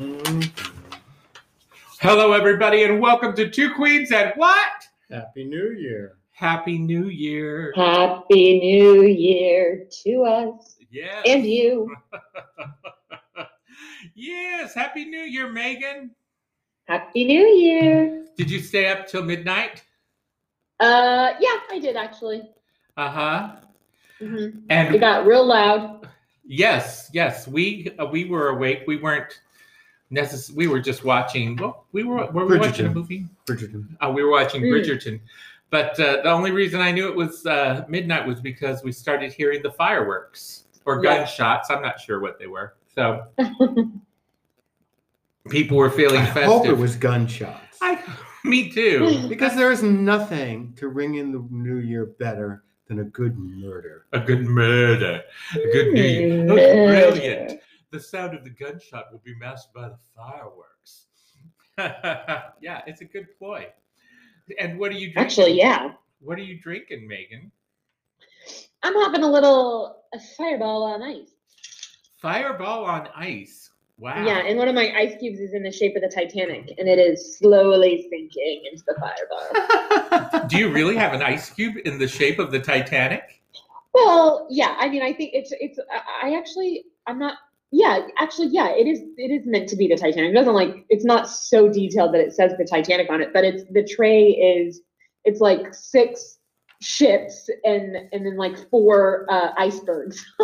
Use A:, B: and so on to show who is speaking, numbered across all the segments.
A: Mm-hmm.
B: Hello, everybody, and welcome to Two Queens and What?
A: Happy New Year.
B: Happy New Year.
C: Happy New Year to us
B: Yes.
C: and you.
B: yes. Happy New Year, Megan.
C: Happy New Year.
B: Did you stay up till midnight?
C: Uh, yeah, I did actually.
B: Uh huh.
C: Mhm. It
B: And
C: got real loud.
B: yes, yes, we uh, we were awake. We weren't necess- We were just watching. Well, we were were we watching a
A: Bridgerton.
B: movie.
A: Bridgerton.
B: Uh, we were watching
C: Mm.
B: Bridgerton. But uh, the only reason I knew it was uh, midnight was because we started hearing the fireworks or
C: Yeah.
B: gunshots. I'm not sure what they were. So people were feeling
A: I
B: festive.
A: hope it was gunshots.
B: I, me too.
A: because there is nothing to ring in the new year better than a good murder.
B: A good murder. A good New Year. Oh, brilliant. The sound of the gunshot will be masked by the fireworks. yeah, it's a good ploy. And what are you drinking?
C: Actually, yeah.
B: What are you drinking, Megan?
C: I'm having a little a fireball on ice.
B: Fireball on ice. Wow.
C: Yeah, and one of my ice cubes is in the shape of the Titanic, and it is slowly sinking into the fireball.
B: Do you really have an ice cube in the shape of the Titanic?
C: well, yeah. I mean, I think it's it's. I I actually, I'm not. Yeah, actually, yeah. It is. It is meant to be the Titanic. It doesn't like. It's not so detailed that it says the Titanic on it, but it's the tray is. It's like six ships and and then like four uh, icebergs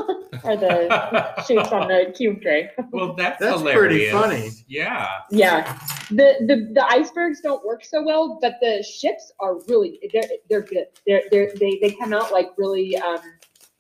C: are the shapes on the cube tray.
B: well, that's,
A: That's pretty
B: hilarious.
A: funny.
B: Yeah.
C: Yeah, the, the the icebergs don't work so well, but the ships are really they're they're good. They're, they're they they come out like really um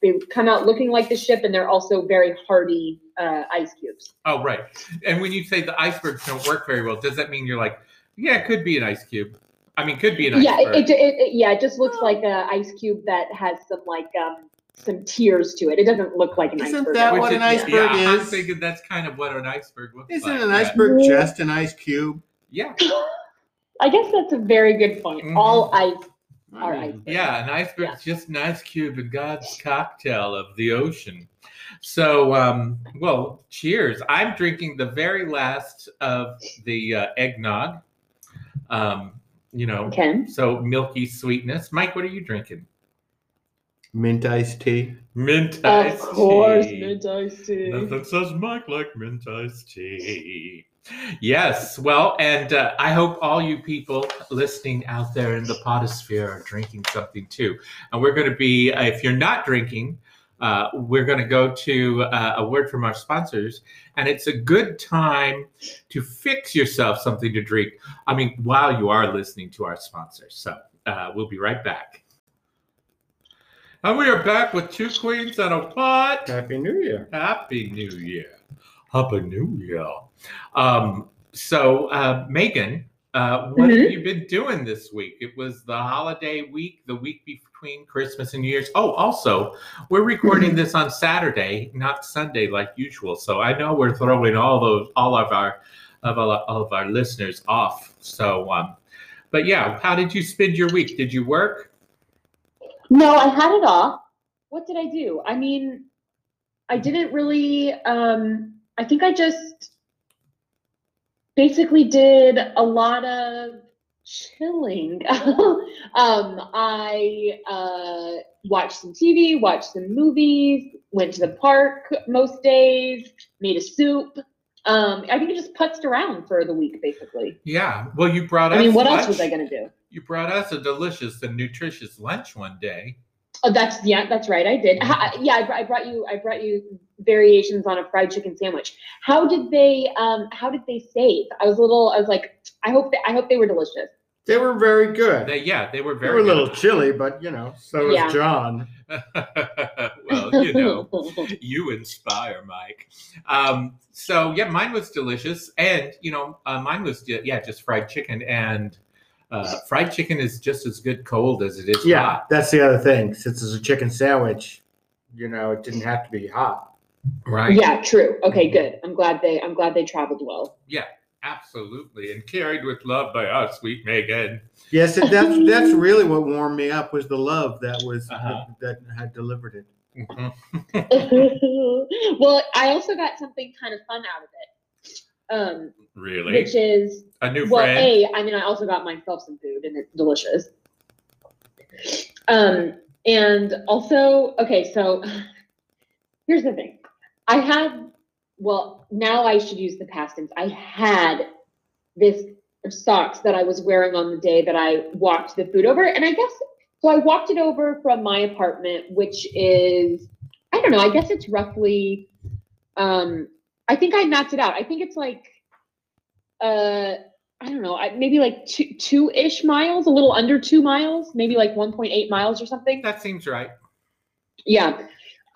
C: they come out looking like the ship, and they're also very hardy uh, ice cubes.
B: Oh, right. And when you say the icebergs don't work very well, does that mean you're like, yeah, it could be an ice cube? I mean, could be an
C: yeah,
B: iceberg.
C: it, it, it, it- yeah, it just looks like a ice cube that has some like um some tears to it. It doesn't look like an
A: Isn't
C: iceberg.
A: that
C: at all.
A: what an iceberg
B: yeah, I'm
A: is.
B: thinking that's kind of what an iceberg looks
A: Isn't
B: like.
A: an
B: yeah.
A: iceberg
C: Yeah.
A: just an ice cube?
B: Yeah.
C: I guess that's a very good point.
B: Mhm.
C: All ice
A: I
C: are
A: mean,
C: icebergs.
B: Yeah, an iceberg's just an ice cube in God's cocktail of the ocean. So, um, well, cheers. I'm drinking the very last of the uh, eggnog. Um, you know,
C: Ken.
B: so milky sweetness. Mike, what are you drinking?
A: Mint iced tea.
B: Mint
C: Of
B: iced
C: course,
B: tea.
C: mint iced tea.
B: Nothing says Mike like mint iced tea. Yes, well, and uh, I hope all you people listening out there in the potosphere are drinking something too. And we're going to be, uh, if you're not drinking, uh, we're going to go to uh, a word from our sponsors, and it's a good time to fix yourself something to drink. I mean, while you are listening to our sponsors. So uh, we'll be right back. And we are back with two queens and a pot.
A: Happy New Year.
B: Happy New Year. Happy New Year. Um, so, uh, Megan, uh, what
C: Mm-hmm.
B: have you been doing this week? It was the holiday week, the week between Christmas and New Year's. Oh, also, we're recording
C: Mm-hmm.
B: this on Saturday, not Sunday like usual. So I know we're throwing all those, all of our, of all, all of our listeners off. So, um, but yeah, how did you spend your week? Did you work?
C: No, I had it off. What did I do? I mean, I didn't really. Um, I think I just basically did a lot of chilling. um, I uh, watched some TV, watched some movies, went to the park most days, made a soup. Um, I think I just putzed around for the week, basically.
B: Yeah. Well, you brought us.
C: I mean, what else
B: lunch.
C: was I going to do?
B: You brought us a delicious and nutritious lunch one day.
C: Oh, that's yeah, that's right. I did.
B: Mm-hmm.
C: Ha- yeah, I, br- I brought you. I brought you variations on a fried chicken sandwich. How did they? Um, how did they save? I was a little. I was like, I hope. They, I hope they were delicious.
A: They were very good. They,
B: They, yeah, they were very
A: were a little
B: good.
A: chilly, but you know, so was
C: Yeah.
A: John.
B: well, you know, you inspire, Mike. Um, so yeah, mine was delicious, and you know, uh, mine was yeah, just fried chicken, and uh, fried chicken is just as good cold as it is
A: Yeah,
B: hot.
A: that's the other thing. Since it's a chicken sandwich, you know, it
B: Mm.
A: didn't have to be hot.
B: Right?
C: yeah, true.
B: Mm-hmm.
C: Okay, good. I'm glad they. I'm glad they traveled well.
B: absolutely, and carried with love by our sweet Megan.
A: Yes, it, that's that's really what warmed me up was the love that was
B: Uh-huh.
A: that, had delivered it.
B: Mhm.
C: well, I also got something kind of fun out of it. um,
B: Really?
C: which is
B: a new
C: well,
B: friend?
C: a I mean, I also got myself some food, and it's delicious. Um, and also, okay, so here's the thing: I had, well, now I should use the past tense. I had this socks that I was wearing on the day that I walked the food over, and I guess so. I walked it over from my apartment, which is, I don't know. I guess it's roughly. Um, I think I mapped it out. I think it's like. Uh, I don't know, I- maybe like two two ish miles, a little under two miles, maybe like one point eight miles or something.
B: that seems right.
C: Yeah.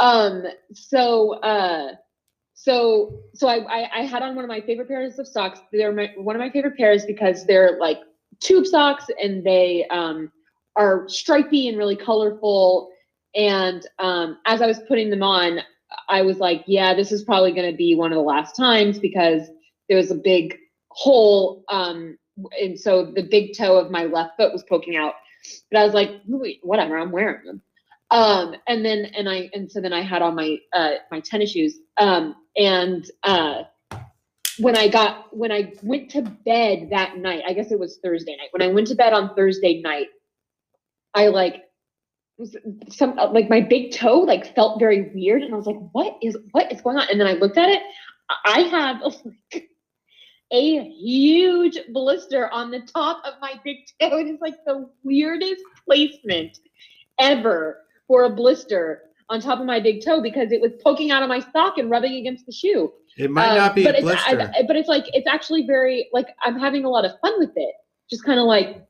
C: Um. So. Uh. So. So I, I I had on one of my favorite pairs of socks. They're my, one of my favorite pairs because they're like tube socks and they um are stripy and really colorful. And um, as I was putting them on, I was like, yeah, this is probably going to be one of the last times because there was a big hole. Um, and so the big toe of my left foot was poking out. But I was like, "Wait, whatever, I'm wearing them. Um, and then, and I, and so then I had on my, uh, my tennis shoes. Um, and, uh, when I got, when I went to bed that night, I guess it was Thursday night. When I went to bed on Thursday night, I like was- some like my big toe like felt very weird and I was like, what is what is going on? And then I looked at it. I- I have like a huge blister on the top of my big toe. It is like the weirdest placement ever for a blister on top of my big toe because it was poking out of my sock and rubbing against the shoe.
A: It might
C: Um,
A: not be
C: but
A: a
C: it's, I-
A: blister.
C: but it's like it's actually very like I'm having a lot of fun with it. Just kind of like,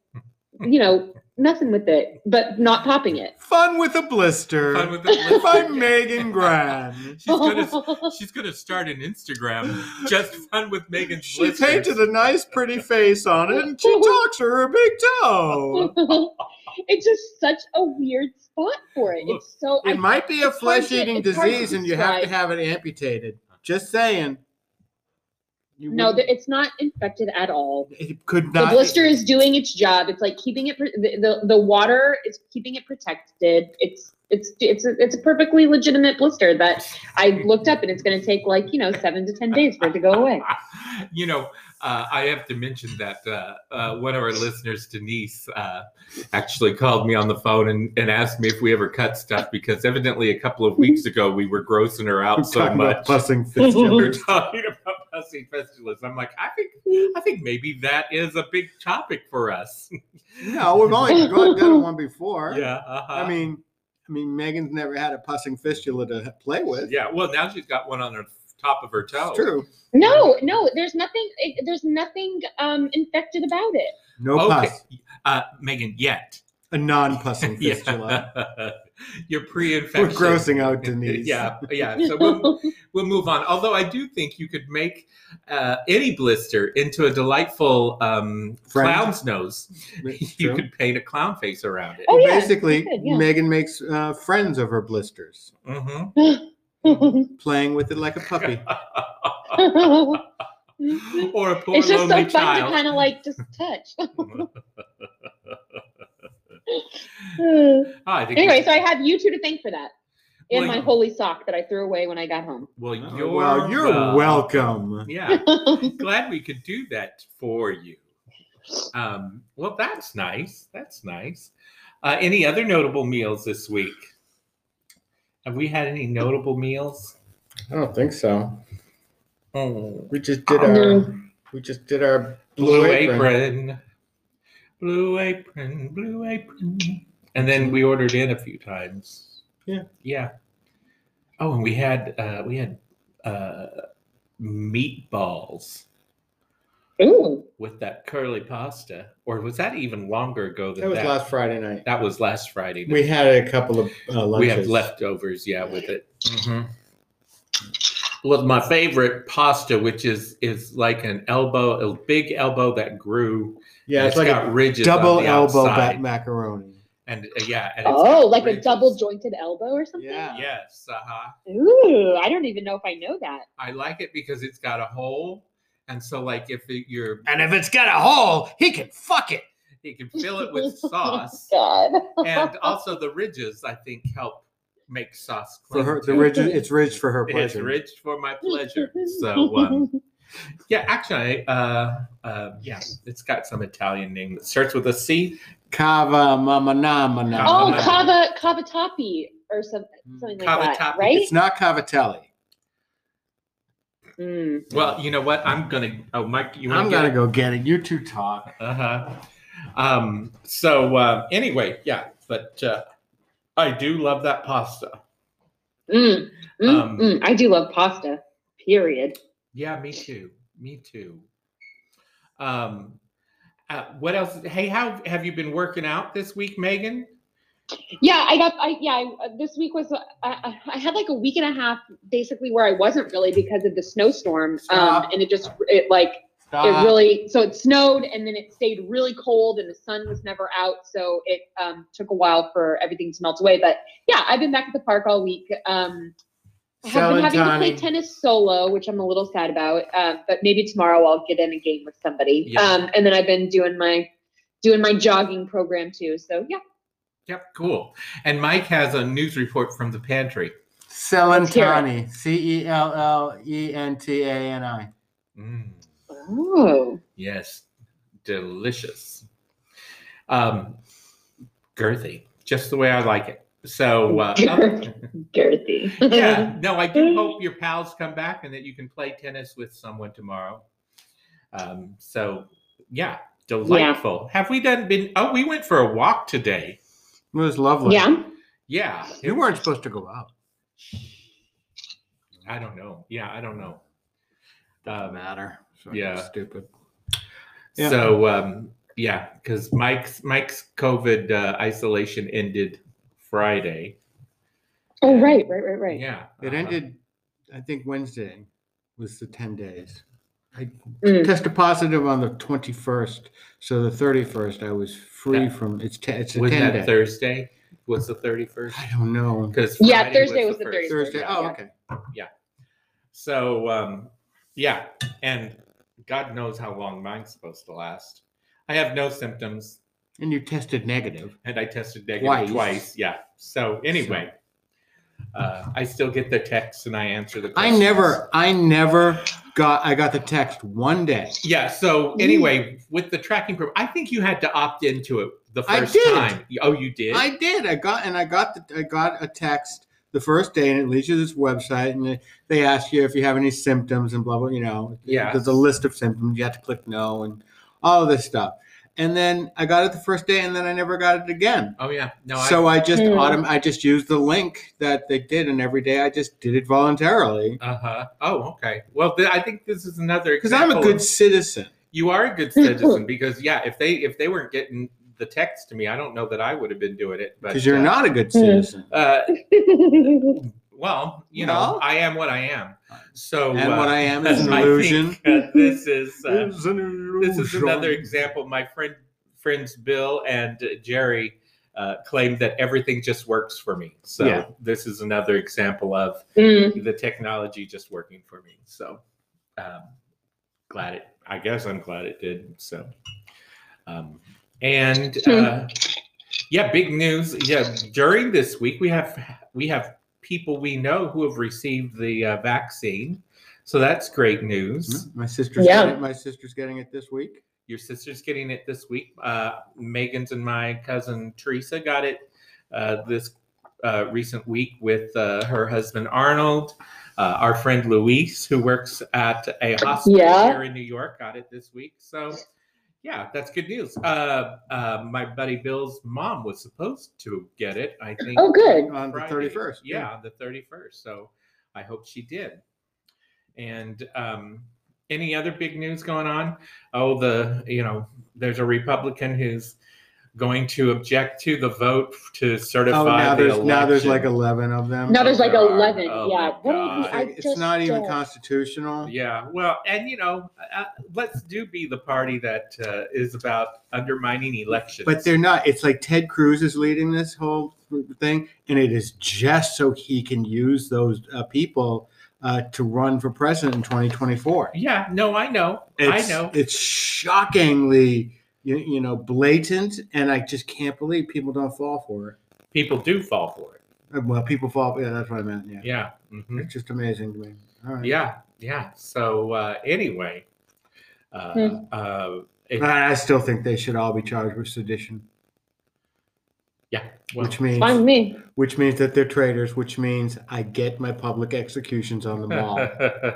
C: you know, messing with it, but not popping it.
A: Fun with a blister.
B: Fun with the
A: by Megan Graham.
B: She's gonna she's gonna start an Instagram just fun with Megan.
A: She painted a nice, pretty face on it, and she talks to her big toe.
C: it's just such a weird spot for it. It's so I,
A: It might be a
C: It's hard to-
A: flesh-eating
C: it's hard to
A: disease, and you have to
C: describe.
A: have it amputated. Just saying. You
C: no,
A: wouldn't-
C: th- it's not infected at all.
A: it could
C: The
A: not.
C: blister is doing its job. It's like keeping it. pr- The, the the water is keeping it protected. It's it's it's a, it's a perfectly legitimate blister that I looked up, and it's going to take like you know seven to ten days for it to go away.
B: You know, uh, I have to mention that uh, uh, one of our listeners, Denise, uh, actually called me on the phone and, and asked me if we ever cut stuff because evidently a couple of weeks ago we were grossing her out
A: We're
B: so
A: talking about
B: much.
A: busting
B: We We're
A: fistulas.
B: talking about pussy fistulas. I'm like, I think, I think maybe that is a big topic for us.
A: no, we've only got, got one before.
B: Yeah. Uh-huh.
A: I mean, I mean, Megan's never had a pussing fistula to play with.
B: yeah. Well, now she's got one on her top of her toe.
A: It's true.
C: No, no, there's nothing. It, there's nothing um infected about it.
A: No
B: okay.
A: pus.
B: Uh, Megan, yet.
A: A non-pussing fistula.
B: Yeah. Your pre-infection.
A: We're grossing out Denise.
B: Yeah, yeah. So we'll, we'll move on. Although I do think you could make uh, any blister into a delightful um,
A: Friend.
B: clown's nose.
A: It's
B: You
A: true.
B: could paint a clown face around it.
C: Oh, yeah,
A: Basically,
C: you could, yeah.
A: Megan makes uh, friends of her blisters,
B: hmm
A: playing with it like a puppy.
B: Or a poor
C: it's just so
B: lonely
C: fun
B: child.
C: to kind of like just touch.
B: Oh, I think
C: anyway,
B: you-
C: so I have you two to thank for that. And
B: Well,
C: my
B: you-
C: holy sock that I threw away when I got home.
B: well,
A: Oh,
B: you're
A: well, you're
B: wel-
A: welcome.
B: Yeah. glad we could do that for you. Um, well, that's nice. That's nice. Uh, any other notable meals this week? Have we had any notable meals?
A: I don't think so.
B: Oh,
A: We just did
C: No.
A: we just did our
B: Blue Apron. Blue Apron, Blue Apron. And then we ordered in a few times.
A: Yeah.
B: Yeah. Oh, and we had uh, we had uh, meatballs
C: Ooh.
B: with that curly pasta. Or was that even longer ago than
A: That was last Friday night.
B: That was last Friday.
A: We had a couple of uh, lunches.
B: We have leftovers, yeah, with it. With my favorite pasta, which is is like an elbow, a big elbow that grew.
A: Yeah,
B: and
A: it's like
B: got
A: a
B: ridges on
A: double
B: the
A: elbow
B: outside.
A: back macaroni.
B: and uh, yeah, and it's
C: Oh,
B: got
C: like a
B: ridges.
C: double jointed elbow or something?
A: Yeah.
B: Yes, uh huh.
C: Ooh, I don't even know if I know that.
B: I like it because it's got a hole, and so like if it, you're,
A: And if it's got a hole, he can fuck it.
B: you can fill it with sauce,
C: God.
B: and also the ridges I think help make sauce.
A: For
B: clean,
A: her, the
B: too.
A: ridge, it's ridge for her pleasure.
B: It's rich for my pleasure. So um, Yeah, actually, uh, uh, yeah, it's got some Italian name that starts with a C.
A: Cava mama na ma na.
B: Cava
C: Oh,
B: Uh,
C: Kava Kavatapi or some, something like that,
B: Cavatappi.
C: right?
A: It's not cavatelli.
C: Mm.
B: Well, you know what? I'm gonna. Oh, Mike, you want
A: I'm gonna go get it. You two talk.
B: Uh huh. Um. So uh, anyway, yeah, but uh, I do love that pasta.
C: Mm. Mm.
B: Um,
C: mm. I do love pasta. Period.
B: Yeah, me too. Me too. Um, uh, what else? Hey, how have you been working out this week, Megan?
C: Yeah, I got. I yeah. I, uh, this week was. I- I, I had like a week and a half, basically, where I wasn't really because of the snowstorm. Um,
A: Stop.
C: and it just it like
A: Stop.
B: Uh-huh.
C: it really so it snowed and then it stayed really cold and the sun was never out so it um, took a while for everything to melt away but yeah i've been back at the park all week um, i have
A: Selling
C: been having to
A: Johnny.
C: play tennis solo which i'm a little sad about um, but maybe tomorrow i'll get in a game with somebody
B: Yeah.
C: um, and then i've been doing my doing my jogging program too so yeah
B: Yep, cool. And Mike has a news report from the pantry.
C: Let's hear it.
A: Celentani. C E L L E N T A N I.
B: Mm,
C: oh
B: yes, delicious. Um, girthy, just the way I like it. So uh,
C: Girthy. girthy
B: yeah, no, I
C: Mm.
B: do hope your pals come back and that you can play tennis with someone tomorrow. Um, so yeah, delightful. Have we done been? Oh, we went for a walk today.
A: It was lovely.
C: yeah
B: Oh, Yeah, it
A: You weren't supposed to go out.
B: I don't know. Yeah, I don't know.
A: Doesn't
B: Um,
A: matter. So
B: yeah.
A: Stupid. Yeah.
B: So um, yeah, because Mike's Mike's COVID uh, isolation ended Friday.
C: oh right right right right
B: Yeah,
A: It
B: uh-huh.
A: ended, I think Wednesday was the 10 days. I
C: Mm.
A: tested positive on the 21st. So the 31st, I was free
B: That-
A: from it's, te- it's a
B: Was
A: 10
B: that
A: day.
B: Thursday? Was the thirty first?
A: I don't know.
B: Because
C: Yeah, Thursday was the
B: first.
A: Thursday. Oh,
C: Yeah.
A: okay.
B: So um, yeah, and God knows how long mine's supposed to last. I have no symptoms,
A: And you tested negative.
B: and I tested negative
A: Twice.
B: twice. Yeah. So anyway, uh, I still get the texts and I answer the.
A: I
B: Questions.
A: never, I never got, I got the text one day.
B: Yeah. So anyway, with the tracking program, I think you had to opt into it the
A: I
B: first
A: did.
B: time. Oh, you did.
A: I did. I got and I got the, I got a text the first day, and it leads you to this website, and they ask you if you have any symptoms and blah blah. You know,
B: Yeah.
A: There's a list of symptoms. You have to click no and all this stuff. And then I got it the first day, and then I never got it again.
B: oh yeah. No.
A: so I, just
C: Hmm.
A: autom- I just used the link that they did, and every day I just did it voluntarily
B: I. Uh huh. Oh, okay. Well, th- I think this is another
A: because I'm a
B: example
A: good
B: of-
A: citizen.
B: You are a good citizen because yeah, if they if they weren't getting the text to me, I don't know that I would have been doing it. But
A: Because you're
B: uh,
A: not a good
C: Hmm.
A: citizen.
B: Uh, well, you know,
A: Well.
B: I am what I am. So uh,
A: And what I am is an
B: I
A: illusion.
B: think, uh, this is uh,
A: It's an
B: this is
A: illusion.
B: another example. My friend friends Bill and uh, Jerry uh, claim that everything just works for me. So
A: Yeah.
B: this is another example of
C: Mm.
B: the technology just working for me. So um, glad it. I guess I'm glad it did. So um, and uh, yeah, big news. Yeah, during this week we have we have people we know who have received the uh, vaccine. So that's great news.
A: My sister's
C: Yeah.
A: getting it. My sister's getting it this week.
B: Your sister's getting it this week. Uh, Megan's and my cousin Teresa got it uh, this uh, recent week with uh, her husband Arnold. Uh, our friend Luis, who works at a hospital
C: Yeah.
B: here in New York, got it this week. So, yeah, that's good news. Uh, uh, my buddy Bill's mom was supposed to get it. I think.
C: Oh, good.
A: On the
B: Friday.
A: 31st,
B: Yeah,
A: yeah.
B: on the thirty first. So, I hope she did. And um, any other big news going on? Oh, the you know, there's a Republican who's going to object to the vote to certify
A: Oh, now
B: the
A: there's
B: election.
A: now there's like eleven of them.
C: No, there's like
B: There are.
C: eleven.
B: Oh
C: yeah.
B: my
C: What
B: God.
C: is I
A: it's
C: just
A: not even
C: don't-
A: constitutional.
B: Yeah, well, and you know, uh, let's do be the party that uh, is about undermining elections.
A: But they're not. It's like Ted Cruz is leading this whole thing, and it is just so he can use those uh, people uh, to run for president in 2024.
B: yeah, no, I know,
A: It's,
B: I know.
A: It's shockingly, you, you know, blatant, and I just can't believe people don't fall for
B: People do fall for it.
A: it. Uh, Well, people fall. Yeah, that's what I meant. Yeah,
B: Yeah, mhm.
A: it's just amazing to me. All right.
B: yeah, yeah. So uh, anyway, uh,
C: Hmm.
B: uh, it-
A: But I still think they should all be charged with sedition,
B: yeah. Well,
A: which means
C: Fine with me.
A: which means that they're traitors, which means I get my public executions on the mall.
B: Uh-huh.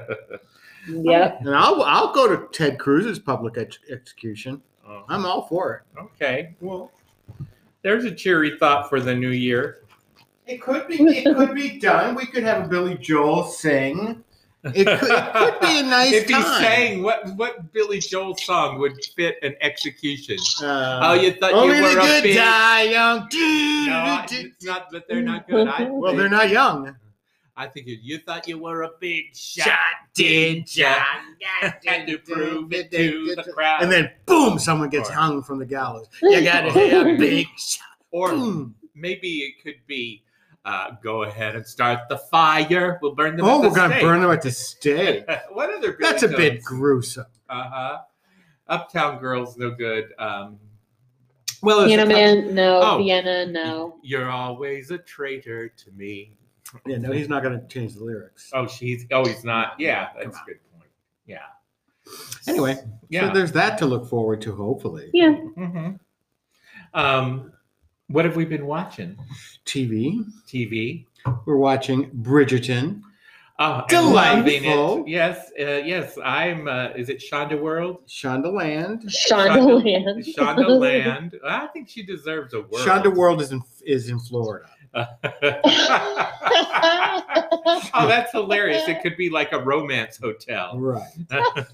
C: Yep.
A: and I'll I'll go to Ted Cruz's public ex- execution.
B: Oh,
A: I'm all for
B: okay. Well, there's a cheery thought for the new year.
A: it. It could be it could be done. We could have a Billy Joel sing. It could, it could be a nice
B: If
A: time.
B: he's saying what what Billy Joel song would fit an execution?
A: Uh,
B: oh, you thought
A: only
B: you
A: the
B: were a
A: good
B: big.
A: die young.
B: No, I- it's not that they're not good. I,
A: well, they're not young.
B: I think you, you thought you were a big shot, did ya? Had to prove it to the crowd.
A: And then boom, someone gets
B: Or-
A: hung from the gallows. You gotta have a big shot.
B: or
A: Boom.
B: maybe it could be, uh, go ahead and start the fire. We'll burn them.
A: Oh,
B: at the
A: we're gonna
B: stake.
A: burn them at the stake.
B: what other? Billy
A: That's a bit
B: Joel's?
A: gruesome.
B: Uh huh. Uptown Girls, no good. Um, well, there's a
C: Piano
B: couple-
C: Man, no.
B: Oh.
C: Vienna, no.
B: You're always a traitor to me.
A: Yeah, no, he's not gonna change the lyrics.
B: Oh, she's. Oh, he's not. Yeah,
A: Come
B: that's
A: on.
B: a good point. Yeah.
A: Anyway, so
B: Yeah.
A: there's that to look forward to, hopefully.
C: Yeah.
B: Mhm. Um, what have we been watching?
A: TV.
B: TV.
A: We're watching Bridgerton.
B: Oh, I'm loving
A: Delightful.
B: It. Yes, uh, yes. I'm. Uh, is it Shonda World?
A: Shonda Land.
B: Shonda-
C: Shonda Land.
B: Shonda Land. I think she deserves a world.
A: Shonda World is in is in Florida.
B: oh, that's hilarious! It could be like a romance hotel.
A: Right.
C: oh,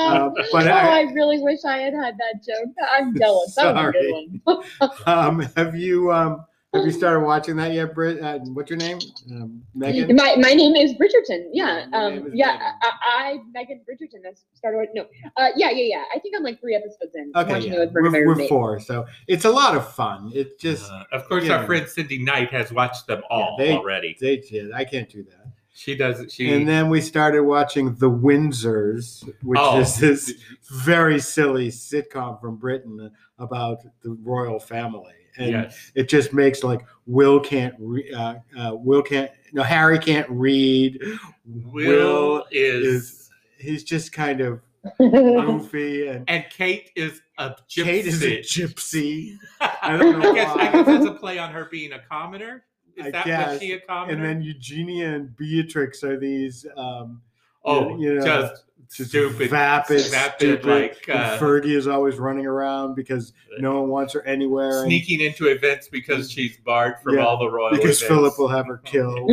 A: Uh, but I,
C: I really wish I had had that joke. I'm jealous. That was a
A: Sorry.
C: good one.
A: um, have you um, have you started watching that yet, Brit? Uh, what's your name? Um, Megan.
C: My, my name is Bridgerton. Yeah.
A: Your name
C: Um,
A: is
C: yeah.
A: Megan.
C: I, I, Megan Bridgerton. That's started. with- No. Uh, yeah. Yeah. Yeah. I think I'm like three episodes in.
A: Okay,
C: watching
A: yeah.
C: it with Bert
A: we're, we're
C: Mermaid.
A: four, so it's a lot of fun. It just
B: Uh, of course,
A: yeah.
B: our friend Cindy Knight has watched them all
A: Yeah, they-
B: already.
A: they, yeah, I can't do that.
B: She does. She
A: And then we started watching The Windsors, which
B: Oh.
A: is this very silly sitcom from Britain about the royal family. And
B: yes.
A: it just makes like Will can't re- uh, uh, Will can't no Harry can't read.
B: Will, is,
A: is- he's just kind of goofy and
B: and Kate is a gypsy.
A: Kate is a gypsy.
B: I
A: don't know
B: guess,
A: why.
B: I guess that's a play on her being a commoner. Is
A: I
B: that
A: guess.
B: was she a commoner?
A: And then Eugenia and Beatrix are these um,
B: oh,
A: you know,
B: just,
A: just
B: stupid,
A: vapid,
B: vapid,
A: stupid.
B: like
A: and
B: uh,
A: Fergie is always running around because no one wants her anywhere. and-
B: sneaking into events because she's barred from
A: Yeah,
B: all the royal.
A: because
B: events.
A: Philip will have her killed.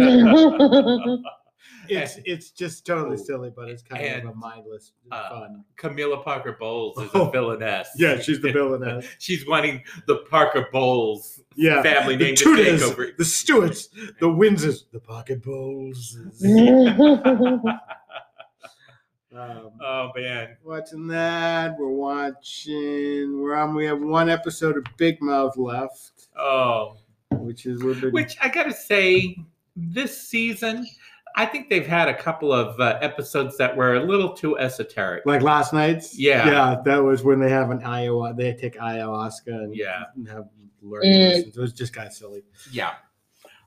A: It's
B: And-
A: it's just totally
B: Oh,
A: silly, but it's kind of a
B: and,
A: mindless
B: uh,
A: fun.
B: Camilla Parker Bowles is
A: Oh,
B: a villainess.
A: Yeah, she's the villainess.
B: She's wanting the Parker Bowles
A: Yeah,
B: family
A: the
B: name to take
A: Tudors,
B: over.
A: the Stuarts, the Windsors, the Pocket Bowls. Um,
B: Oh man.
A: watching that, we're watching. We're on. We have one episode of Big Mouth left,
B: Oh.
A: which is a little bit.
B: Which I gotta say, this season, I think they've had a couple of uh, episodes that were a little too esoteric.
A: like last night's,
B: Yeah.
A: yeah, that was when they have an Iowa, they take ayahuasca and
B: Yeah.
A: and have
C: Mm.
A: learning lessons. It was just kind of silly,
B: Yeah.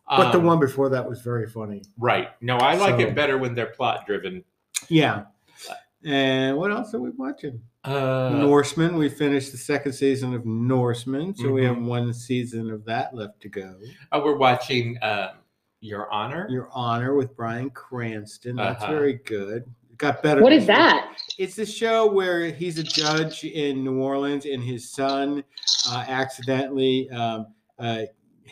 A: but the
B: Um,
A: one before that was very funny.
B: right. No, I like
A: So-
B: it better when they're plot driven.
A: Yeah, and what else are we watching?
B: Uh,
A: Norseman. We finished the second season of Norseman, so we have
B: Mhm.
A: one season of that left to go.
B: oh, we're watching uh, Your Honor.
A: Your Honor with Brian Cranston. That's
B: Uh-huh.
A: very good. It got better.
C: what is that?
A: It's a show where he's a judge in New Orleans, and his son uh, accidentally um, uh,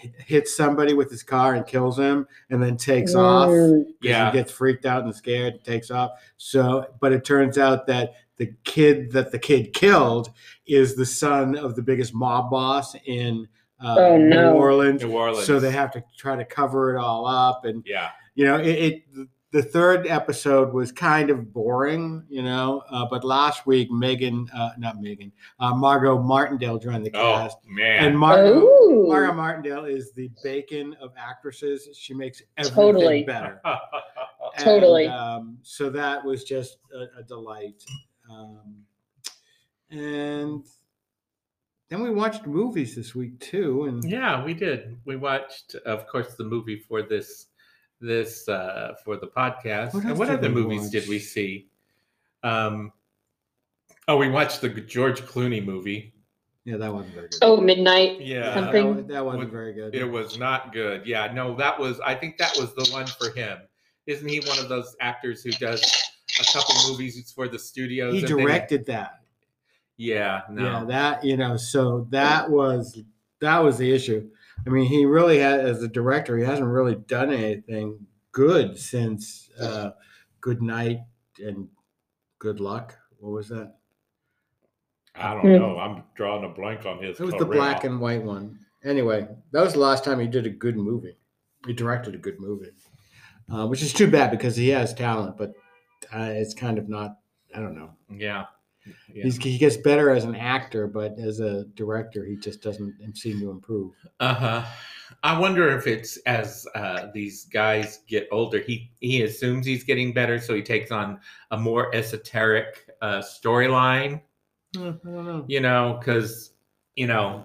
A: h- hits somebody with his car and kills him, and then takes off. 'cause
C: Mm.
B: yeah.
A: He gets freaked out and scared and takes off. So, but it turns out that the kid that the kid killed is the son of the biggest mob boss in uh,
C: Oh, no.
A: New Orleans.
B: New Orleans.
A: So they have to try to cover it all up and
B: Yeah.
A: you know it, it the- the third episode was kind of boring you know uh, but last week megan uh, not megan uh, margot martindale joined the
B: Oh
A: cast
B: man.
A: and margot margot
C: Oh.
A: martindale is the bacon of actresses she makes everything
C: Totally.
A: better
B: Oh,
A: And,
C: Totally.
A: um, so that was just a, a delight um, and then we watched movies this week too and
B: yeah, we did. We watched, of course, the movie for this this uh, for the podcast.
A: What
B: and
A: else
B: what
A: did
B: other
A: we
B: movies did
A: watch?
B: we see? Um, oh, we watched the George Clooney movie.
A: Yeah, that wasn't very good.
C: Oh, midnight.
B: Yeah,
A: That
C: Something-
A: wa- that wasn't
B: What-
A: very good.
B: it was not good. Yeah, no, that was. I think that was the one for him. Isn't he one of those actors who does a couple movies for the studios?
A: he
B: and then-
A: directed that.
B: yeah, no.
A: Yeah, that you know, so that was that was the issue. I mean, he really had as a director, he hasn't really done anything good since uh, Good Night and Good Luck. What was that?
B: I don't
C: Hmm.
B: know. I'm drawing a blank on his.
A: It was the black and white one. Anyway, that was the last time he did a good movie. He directed a good movie, uh, which is too bad because he has talent, but uh, it's kind of not. I don't know.
B: Yeah. Yeah.
A: He's, he gets better as an actor, but as a director, he just doesn't seem to improve.
B: Uh huh. I wonder if it's as uh, these guys get older, he he assumes he's getting better, so he takes on a more esoteric uh, storyline.
A: Uh, I don't know.
B: You know, because you know,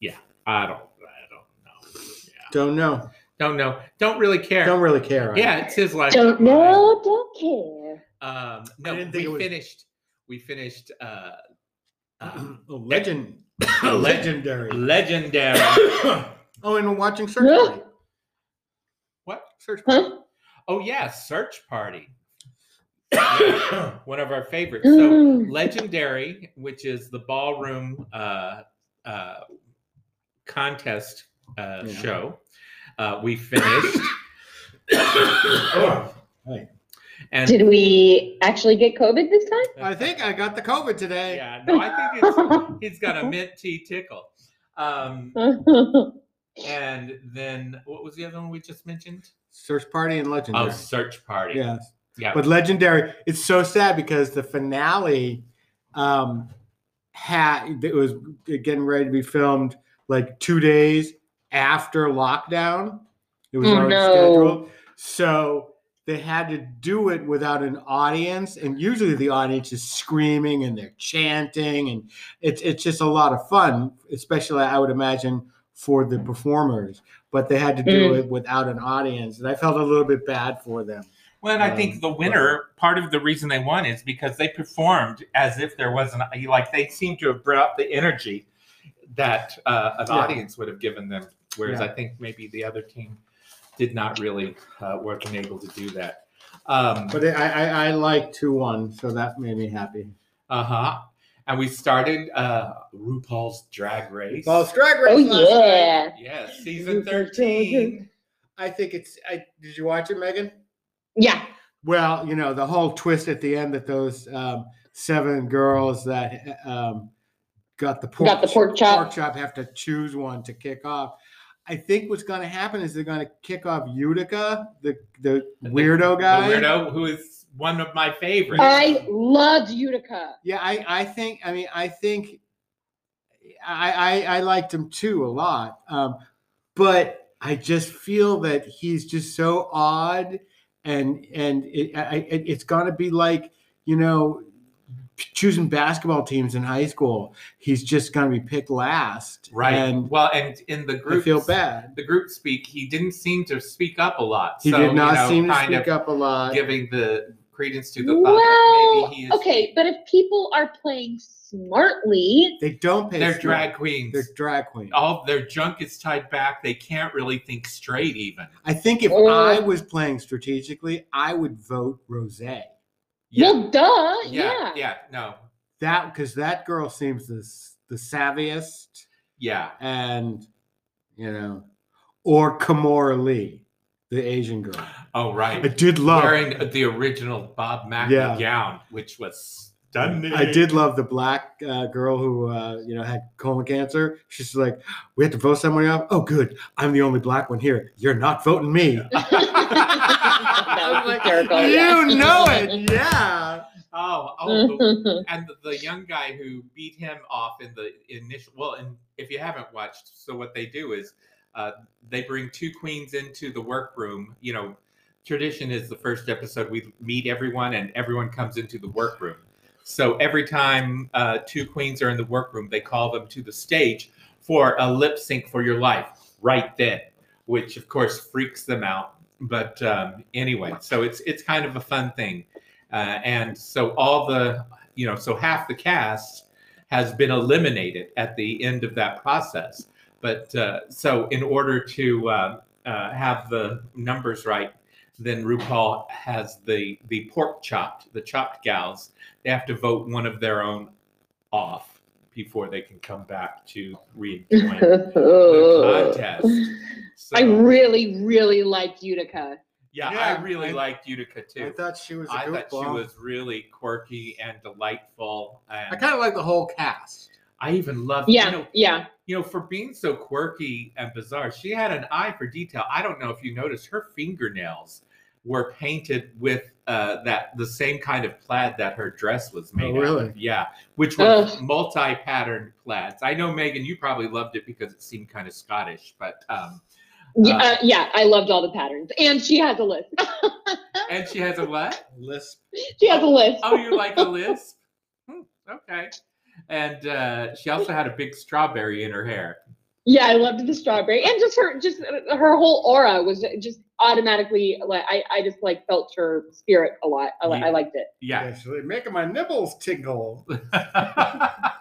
B: yeah. I don't. I don't know. Yeah.
A: Don't know.
B: Don't know. Don't really care.
A: Don't really care. I-
B: yeah, it's his life.
C: Don't know, don't care.
B: Um, no,
A: didn't
B: we
A: think it was-
B: finished. We finished. Uh, uh,
A: Oh, legend.
B: leg-
A: Legendary.
B: legendary.
A: Oh, and we're watching Search
C: Yeah.
A: Party.
B: what?
A: Search Party.
C: Huh?
B: Oh yeah, Search Party. One of our favorites. So
C: Mm.
B: Legendary, which is the ballroom uh, uh, contest uh,
A: Yeah.
B: show, uh, we finished.
A: Oh. Hey.
B: and
C: Did we actually get COVID this time?
A: I think I got the COVID today.
B: Yeah, no, I think it's, he's got a mint tea tickle. Um,
C: Oh,
B: and then what was the other one we just mentioned?
A: Search Party and
B: Oh,
A: Legendary.
B: Search Party.
A: yes.
B: yeah.
A: But legendary, it's so sad because the finale um had it was getting ready to be filmed like two days after lockdown. It was
C: Oh,
A: already
C: no.
A: scheduled. So they had to do it without an audience. And usually the audience is screaming and they're chanting and it's it's just a lot of fun, especially I would imagine for the performers. But they had to do
C: Mm.
A: it without an audience. And I felt a little bit bad for them.
B: Well, and I think
A: Um,
B: the winner, part of the reason they won is because they performed as if there wasn't, like, they seem to have brought the energy that uh, an
A: Yeah.
B: audience would have given them. Whereas
A: Yeah.
B: I think maybe the other team did not really uh, weren't able to do that. Um,
A: But I, I, I like two one, so that made me happy.
B: uh huh. And we started uh, RuPaul's Drag Race.
A: Drag
C: oh, yeah.
B: Yes, season
C: RuPaul's Drag
B: 13.
A: I think it's. I did you watch it, Megan?
C: Yeah.
A: Well, you know the whole twist at the end that those um, seven girls that um, got the pork
C: Got the pork chop.
A: pork chop have to choose one to kick off. I think what's going to happen is they're going to kick off Utica, the the
B: The-
A: weirdo guy.
B: The weirdo who is one of my favorites.
C: I loved Utica.
A: Yeah, I, I think I mean I think I, I I liked him too a lot. Um, but I just feel that he's just so odd and and it, I, I- it, it's gonna be like, you know, choosing basketball teams in high school. He's just gonna be picked last.
B: right.
A: And
B: well, and in the
A: I
B: group
A: feel bad.
B: the group speak, he didn't seem to speak up a lot.
A: He
B: so,
A: did not
B: you know,
A: seem to
B: kind
A: speak
B: of
A: up a lot.
B: giving the credence to the thought that
C: Well,
B: maybe he is.
C: okay, but if people are playing smartly,
A: They don't pay
B: They're
A: straight.
B: drag queens. Oh.
A: they're drag queens.
B: all their junk is tied back. They can't really think straight, even.
A: I think if
C: Oh.
A: I was playing strategically, I would vote Rose.
C: well, duh, yeah.
B: yeah, yeah, no,
A: That because that girl seems the s- the savviest,
B: yeah.
A: and you know, or Kamora Lee, the Asian girl.
B: Oh,
A: I
B: right.
A: did love.
B: Wearing the original Bob Mackie
A: Yeah.
B: gown, which was stunning.
A: I did love the black uh, girl who uh, you know had colon cancer. She's like, we have to vote someone up. Oh, good. I'm the only black one here. You're not voting me.
C: That was hysterical, yeah.
A: you know it. Yeah.
B: Oh,
C: Mm-hmm.
B: oh, the and the, the young guy who beat him off in the initial well and if you haven't watched so what they do is uh, they bring two queens into the workroom you know tradition is the first episode we meet everyone and everyone comes into the workroom so every time uh, two queens are in the workroom they call them to the stage for a lip sync for your life right then which of course freaks them out but um, anyway, so it's it's kind of a fun thing, uh, and so all the you know, so half the cast has been eliminated at the end of that process. But uh, so in order to uh, uh, have the numbers right, then RuPaul has the the pork chopped, the chopped gals. They have to vote one of their own off before they can come back to rejoin the contest. So,
C: I really, really like Utica.
B: yeah,
A: Yeah,
B: I really
A: I-
B: liked Utica too.
A: I thought she was a
B: I thought she
A: goofball.
B: was really quirky and delightful. And
A: I kind of like the whole cast.
B: I even love,
C: Yeah,
B: you know,
C: yeah.
B: you know, for being so quirky and bizarre, she had an eye for detail. I don't know if you noticed, her fingernails were painted with uh, that the same kind of plaid that her dress was made.
A: Oh,
B: out
A: really?
B: Of. Yeah, which was multi-patterned plaids. I know Megan, you probably loved it because it seemed kind of Scottish, but um,
C: Yeah,
B: Uh,
C: uh, yeah, I loved all the patterns. And she has a list. Oh.
B: and she has a what?
A: Lisp.
C: she has a list.
B: oh, you like a lisp? Hmm, okay. And uh, she also had a big strawberry in her hair.
C: Yeah, I loved the strawberry, and just her, just uh, her whole aura was just automatically like I, I just like felt her spirit a lot. I,
B: Mm-hmm.
C: li- I liked it.
B: Yeah.
A: Actually, making my nibbles tingle.
C: yeah,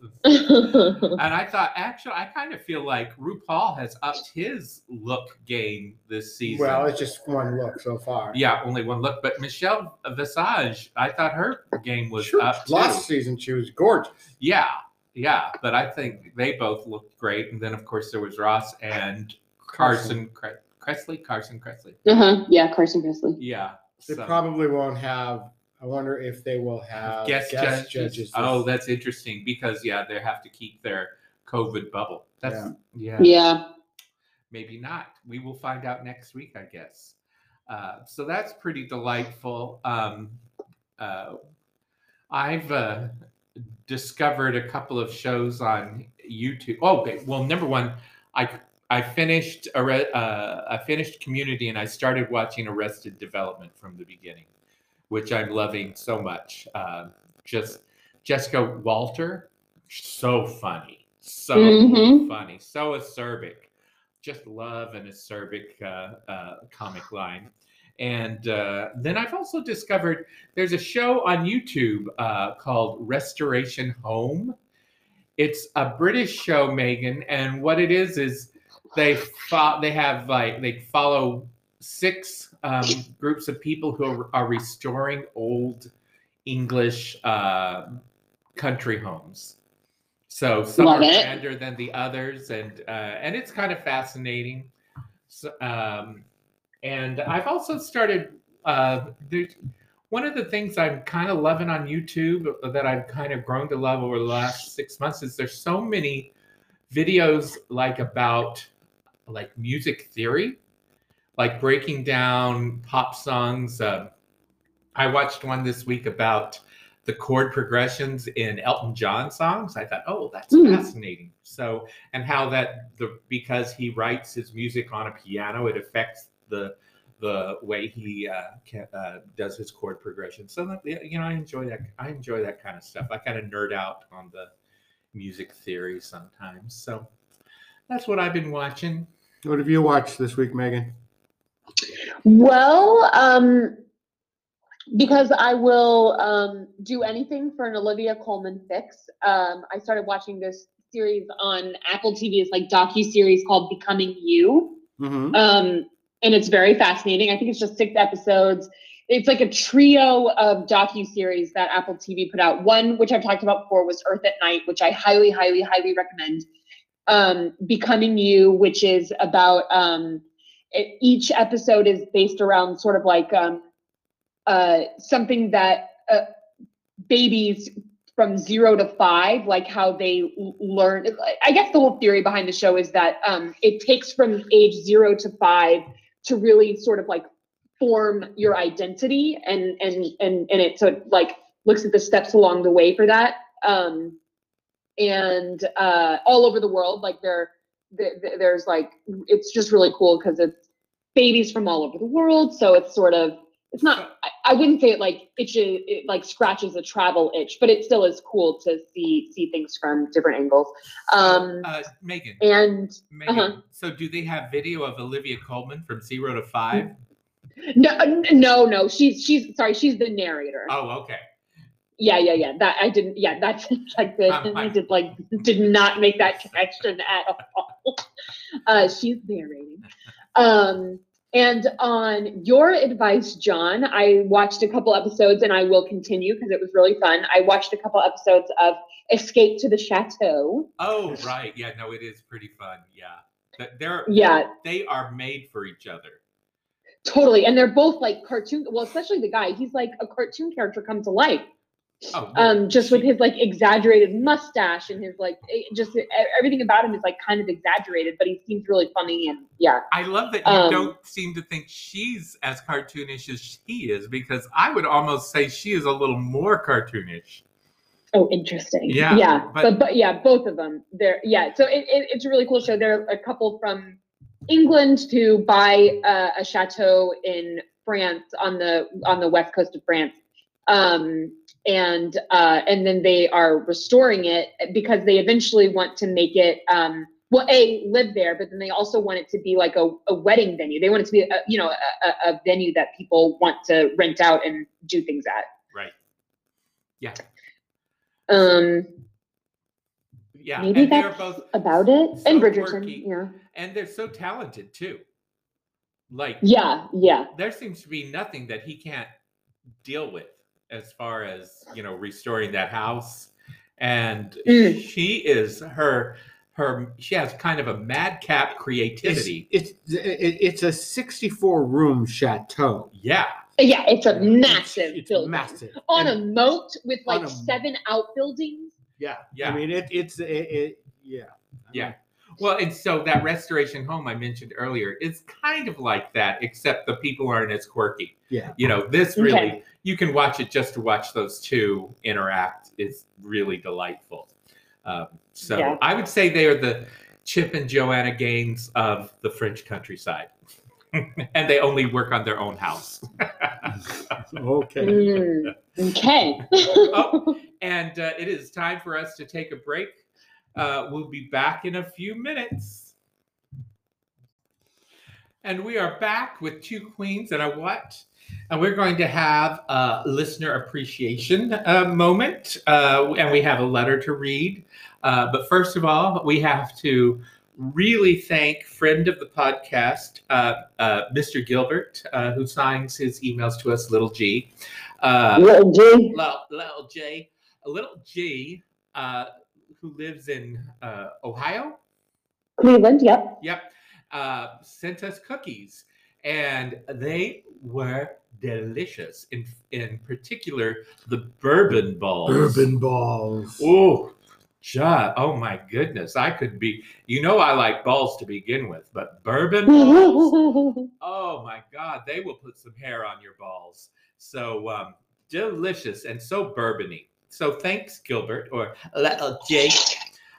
B: and I thought, actually, I kind of feel like RuPaul has upped his look game this season.
A: Well, it's just one look so far.
B: yeah, only one look. But Michelle Visage, I thought her game was
A: Sure.
B: up too.
A: Last season, she was gorgeous.
B: Yeah, yeah. But I think they both looked great. And then, of course, there was Ross and Carson, Cre- Cressley. Carson Cressley.
C: uh-huh. yeah, Carson Presley.
B: Yeah.
A: They
B: so-
A: probably won't have. I wonder if they will have
B: guest, judges.
A: Uh, judges.
B: Oh, that's interesting because yeah, they have to keep their COVID bubble. That's yeah,
C: Yeah,
B: maybe not. We will find out next week, I guess. Uh, so that's pretty delightful. Um, uh, I've uh, discovered a couple of shows on YouTube. Oh, okay. Well, number one, I I finished Arre- uh, I finished Community and I started watching Arrested Development from the beginning, which I'm loving so much. Um just Jessica Walter, so funny, so
C: Mhm.
B: funny, so acerbic. Just love an acerbic uh, uh, comic line. And uh, then I've also discovered there's a show on YouTube uh, called Restoration Home. It's a British show, Megan, and what it is is they fo- they have like they follow six um, groups of people who are, are restoring old English uh, country homes. So some
C: Love
B: are
C: it.
B: grander than the others, and uh, and it's kind of fascinating. So, um, and I've also started. Uh, there's one of the things I'm kind of loving on YouTube that I've kind of grown to love over the last six months is there's so many videos like about like music theory, like breaking down pop songs. Um, I watched one this week about the chord progressions in Elton John songs. I thought, oh, that's
C: Hmm.
B: fascinating. So, and how that the because he writes his music on a piano, it affects the the way he uh, can, uh, does his chord progression. So that, you know, I enjoy that. I enjoy that kind of stuff. I kind of nerd out on the music theory sometimes. So that's what I've been watching.
A: What have you watched this week, Megan?
C: Well, um, because I will um, do anything for an Olivia Coleman fix. Um, I started watching this series on Apple TV. It's like docu series called Becoming You.
A: Mm-hmm.
C: um, and it's very fascinating. I think it's just six episodes. It's like a trio of docu series that Apple TV put out. One, which I've talked about before, was Earth at Night, which I highly, highly, highly recommend. Um, Becoming You, which is about um, e- each episode is based around sort of like um, uh, something that uh, babies from zero to five, like how they l- learn. I guess the whole theory behind the show is that um, it takes from age zero to five to really sort of like form your identity, and and and and it so it like looks at the steps along the way for that. Um, and uh, all over the world, like there, there- there- there's like it's just really cool because it's babies from all over the world. So it's sort of it's not. I- I wouldn't say it like itches, it like scratches a travel itch, but it still is cool to see see things from different angles. Um,
B: Uh, Megan,
C: and
B: Megan.
C: uh-huh.
B: So, do they have video of Olivia Colman from zero to five?
C: Mm-hmm. no, n- no, no, she's she's sorry, she's the narrator.
B: Oh, okay.
C: Yeah, yeah, yeah. That I didn't. Yeah, that's like the
B: Um,
C: I
B: I-
C: did like did not make that connection at all. Uh, she's narrating. Um, and on your advice, John, I watched a couple episodes, and I will continue because it was really fun. I watched a couple episodes of Escape to the Chateau.
B: Oh, right. Yeah. No, it is pretty fun. Yeah. Th- They're
C: Yeah,
B: they are made for each other.
C: totally. And they're both like cartoon. Well, especially the guy. He's like a cartoon character come to life.
B: Oh, yeah.
C: um, just with
B: She-
C: his like exaggerated mustache and his like eh, just e- everything about him is like kind of exaggerated, but he seems really funny and yeah,
B: I love that you
C: um,
B: don't seem to think she's as cartoonish as he is because I would almost say she is a little more cartoonish.
C: oh, interesting,
B: Yeah,
C: yeah, but
B: but-
C: but, yeah, both of them, they're yeah, so it, it, it's a really cool show. They're a couple from England to buy uh, a chateau in France on the on the west coast of France. Um, and uh, and then they are restoring it because they eventually want to make it um, well a live there but then they also want it to be like a, a wedding venue they want it to be a, you know a, a- a venue that people want to rent out and do things at
B: Right. Yeah.
C: um
B: Yeah.
C: Maybe
B: and they're
C: that's
B: both
C: about it
B: So
C: and bridgerton
B: quirky.
C: yeah
B: and they're so talented too. Like
C: yeah yeah
B: there seems to be nothing that he can't deal with as far as you know restoring that house and
C: Mm.
B: she is her her she has kind of a madcap creativity
A: It's it's, it- it's a 64 room chateau.
B: yeah
C: yeah it's a massive
A: It's, it's
C: building
A: massive.
C: on
A: And-
C: a moat with
A: on
C: like
A: a-
C: seven outbuildings
A: yeah,
B: yeah
A: I mean, it, it's it, it yeah. I
B: Yeah.
A: mean,
B: well and so that restoration home i mentioned earlier is kind of like that except the people aren't as quirky
A: Yeah.
B: you know this really
C: Okay.
B: you can watch it just to watch those two interact it's really delightful um, so
C: Yeah.
B: i would say they are the chip and joanna gaines of the french countryside and they only work on their own house
A: Okay.
C: Mm, okay
B: Oh, and uh, it is time for us to take a break uh, we'll be back in a few minutes and we are back with two queens and a what and we're going to have a listener appreciation uh, moment uh, and we have a letter to read uh, but first of all we have to really thank friend of the podcast uh, uh, mr gilbert uh, who signs his emails to us little g uh,
C: Little G.
B: little, little G, a little G, uh, who lives in uh, Ohio.
C: Cleveland, yep.
B: Yep, uh, sent us cookies, and they were delicious. In in particular, the bourbon balls.
A: Urban balls.
B: Oh, ja, oh my goodness! I could be. You know, I like balls to begin with, but bourbon balls. Oh my God, they will put some hair on your balls. So um, delicious and so bourbony. So thanks, Gilbert or little Jake.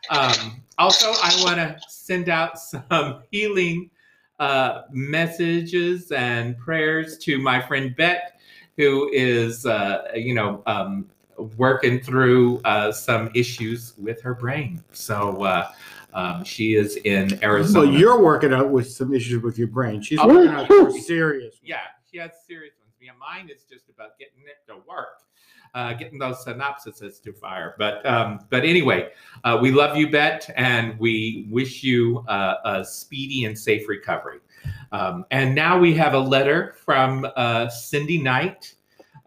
B: Um, also, I want to send out some healing uh, messages and prayers to my friend Bet, who is, uh, you know, um, working through uh, some issues with her brain. So uh, um, she is in Arizona.
A: Well, you're working out with some issues with your brain. She's
B: Oh.
A: working out for serious.
B: Yeah, she has serious ones. Yeah, mine is just about getting it to work, uh, getting those synopsises to fire. But um, but anyway, uh, we love you, Bet, and we wish you uh, a speedy and safe recovery. Um, and now we have a letter from uh, Cindy Knight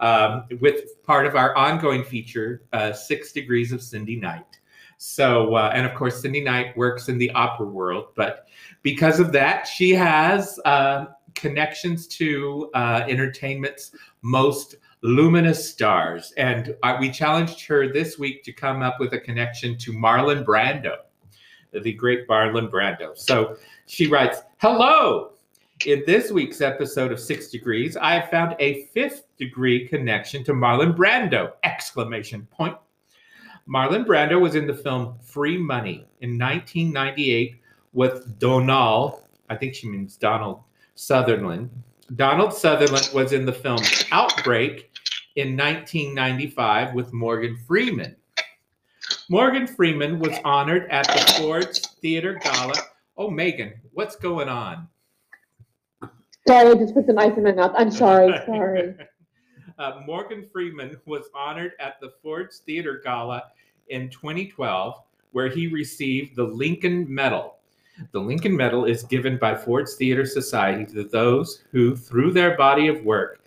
B: um, with part of our ongoing feature, uh, Six Degrees of Cindy Knight. So, uh, and of course, Cindy Knight works in the opera world, but because of that, she has uh, connections to uh, entertainment's most luminous stars. And uh, we challenged her this week to come up with a connection to Marlon Brando, the great Marlon Brando. So she writes, Hello! In this week's episode of Six Degrees, I have found a fifth degree connection to Marlon Brando! Exclamation point. Marlon Brando was in the film Free Money in 1998 with Donal, I think she means Donald Sutherland, Donald Sutherland was in the film Outbreak in 1995 with Morgan Freeman. Morgan Freeman was honored at the Ford's Theater Gala. Oh, Megan, what's going on?
C: Sorry, I just put some ice in my mouth. I'm sorry. Sorry.
B: Uh, Morgan Freeman was honored at the Ford's Theater Gala in 2012, where he received the Lincoln Medal. The Lincoln Medal is given by Ford's Theater Society to those who, through their body of work,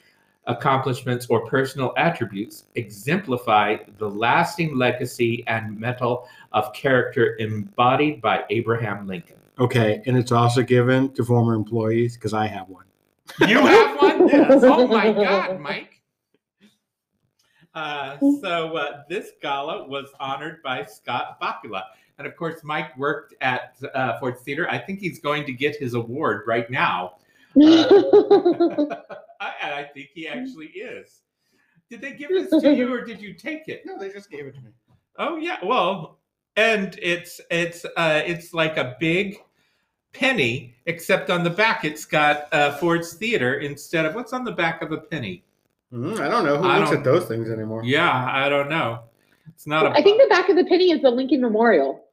B: accomplishments, or personal attributes, exemplify the lasting legacy and metal of character embodied by Abraham Lincoln.
A: Okay, and it's also given to former employees because I have one.
B: You have one? Yes. Oh my God, Mike. Uh, so uh, this gala was honored by Scott Bakula. And of course, Mike worked at uh, Ford Theater. I think he's going to get his award right now. Uh, I, and I think he actually is. Did they give this to you or did you take it?
A: No, they just gave it to me.
B: Oh yeah, well, and it's it's uh, it's like a big penny, except on the back it's got uh, Ford's Theater instead of what's on the back of a penny.
A: Mm, I don't know who
B: I
A: looks
B: don't-
A: at those things anymore.
B: Yeah, I don't know. It's not a.
C: I think the back of the penny is the Lincoln Memorial.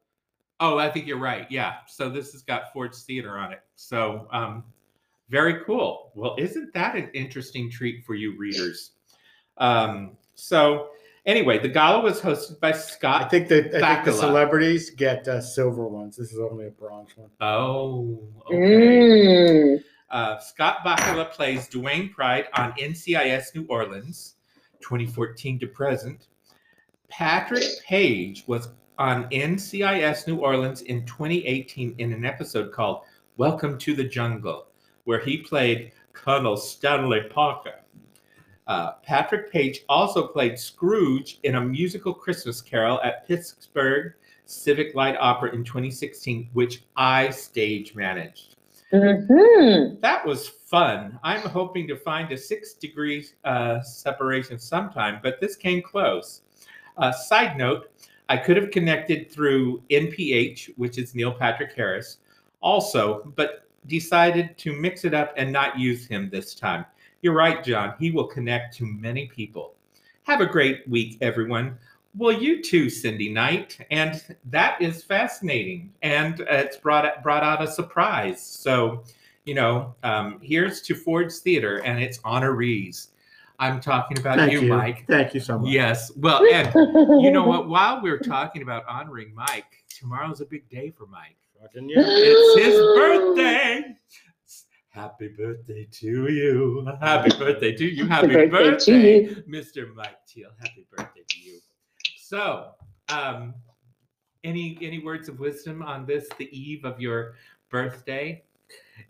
B: Oh, I think you're right. Yeah. So this has got Ford's Theater on it. So um, very cool. Well, isn't that an interesting treat for you readers? Um, so anyway, the gala was hosted by Scott.
A: I think that I think the
B: Bacala.
A: celebrities get uh, silver ones. This is only a bronze one.
B: oh, okay.
C: Mm.
B: Uh, Scott Bakula plays Dwayne Pride on NCIS New Orleans, 2014 to present. Patrick Page was on NCIS New Orleans in 2018 in an episode called Welcome to the Jungle, where he played Colonel Stanley Parker. Uh, Patrick Page also played Scrooge in a musical Christmas carol at Pittsburgh Civic Light Opera in 2016, which I stage managed.
C: hmm
B: That was fun. I'm hoping to find a six degree uh, separation sometime, but this came close. Uh, side note, I could have connected through NPH, which is Neil Patrick Harris, also, but decided to mix it up and not use him this time. You're right, John. He will connect to many people. Have a great week, everyone. Well, you too, Cindy Knight, and that is fascinating, and uh, it's brought brought out a surprise. So you know, um, here's to Ford's Theater and its honorees. I'm talking about
A: Thank
B: you, Mike.
A: Thank you so much.
B: Yes. Well, Oh, and you know what? While we're talking about honoring Mike, tomorrow's a big day for Mike.
A: Fucking yeah.
B: It's his birthday. Happy birthday to you. Happy birthday to you. Happy birthday,
C: to
B: Mr. Mike Teal. Happy birthday to you. So, um, any any words of wisdom on this, the eve of your birthday?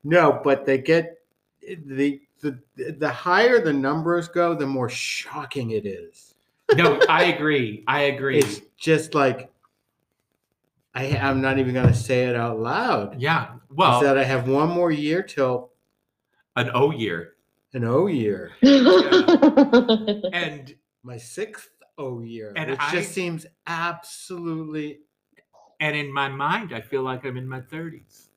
A: No, but they get the the the higher the numbers go, the more shocking it is.
B: No, I agree. I agree.
A: It's just like I I'm not even gonna say it out loud.
B: yeah.
A: Well,
B: Well,
A: that I have one more year till
B: an O year.
A: an O year,
C: you.
B: And
A: my sixth O year,
B: And
A: which
B: I-
A: just seems absolutely.
B: and in my mind, I feel like I'm in my 30s.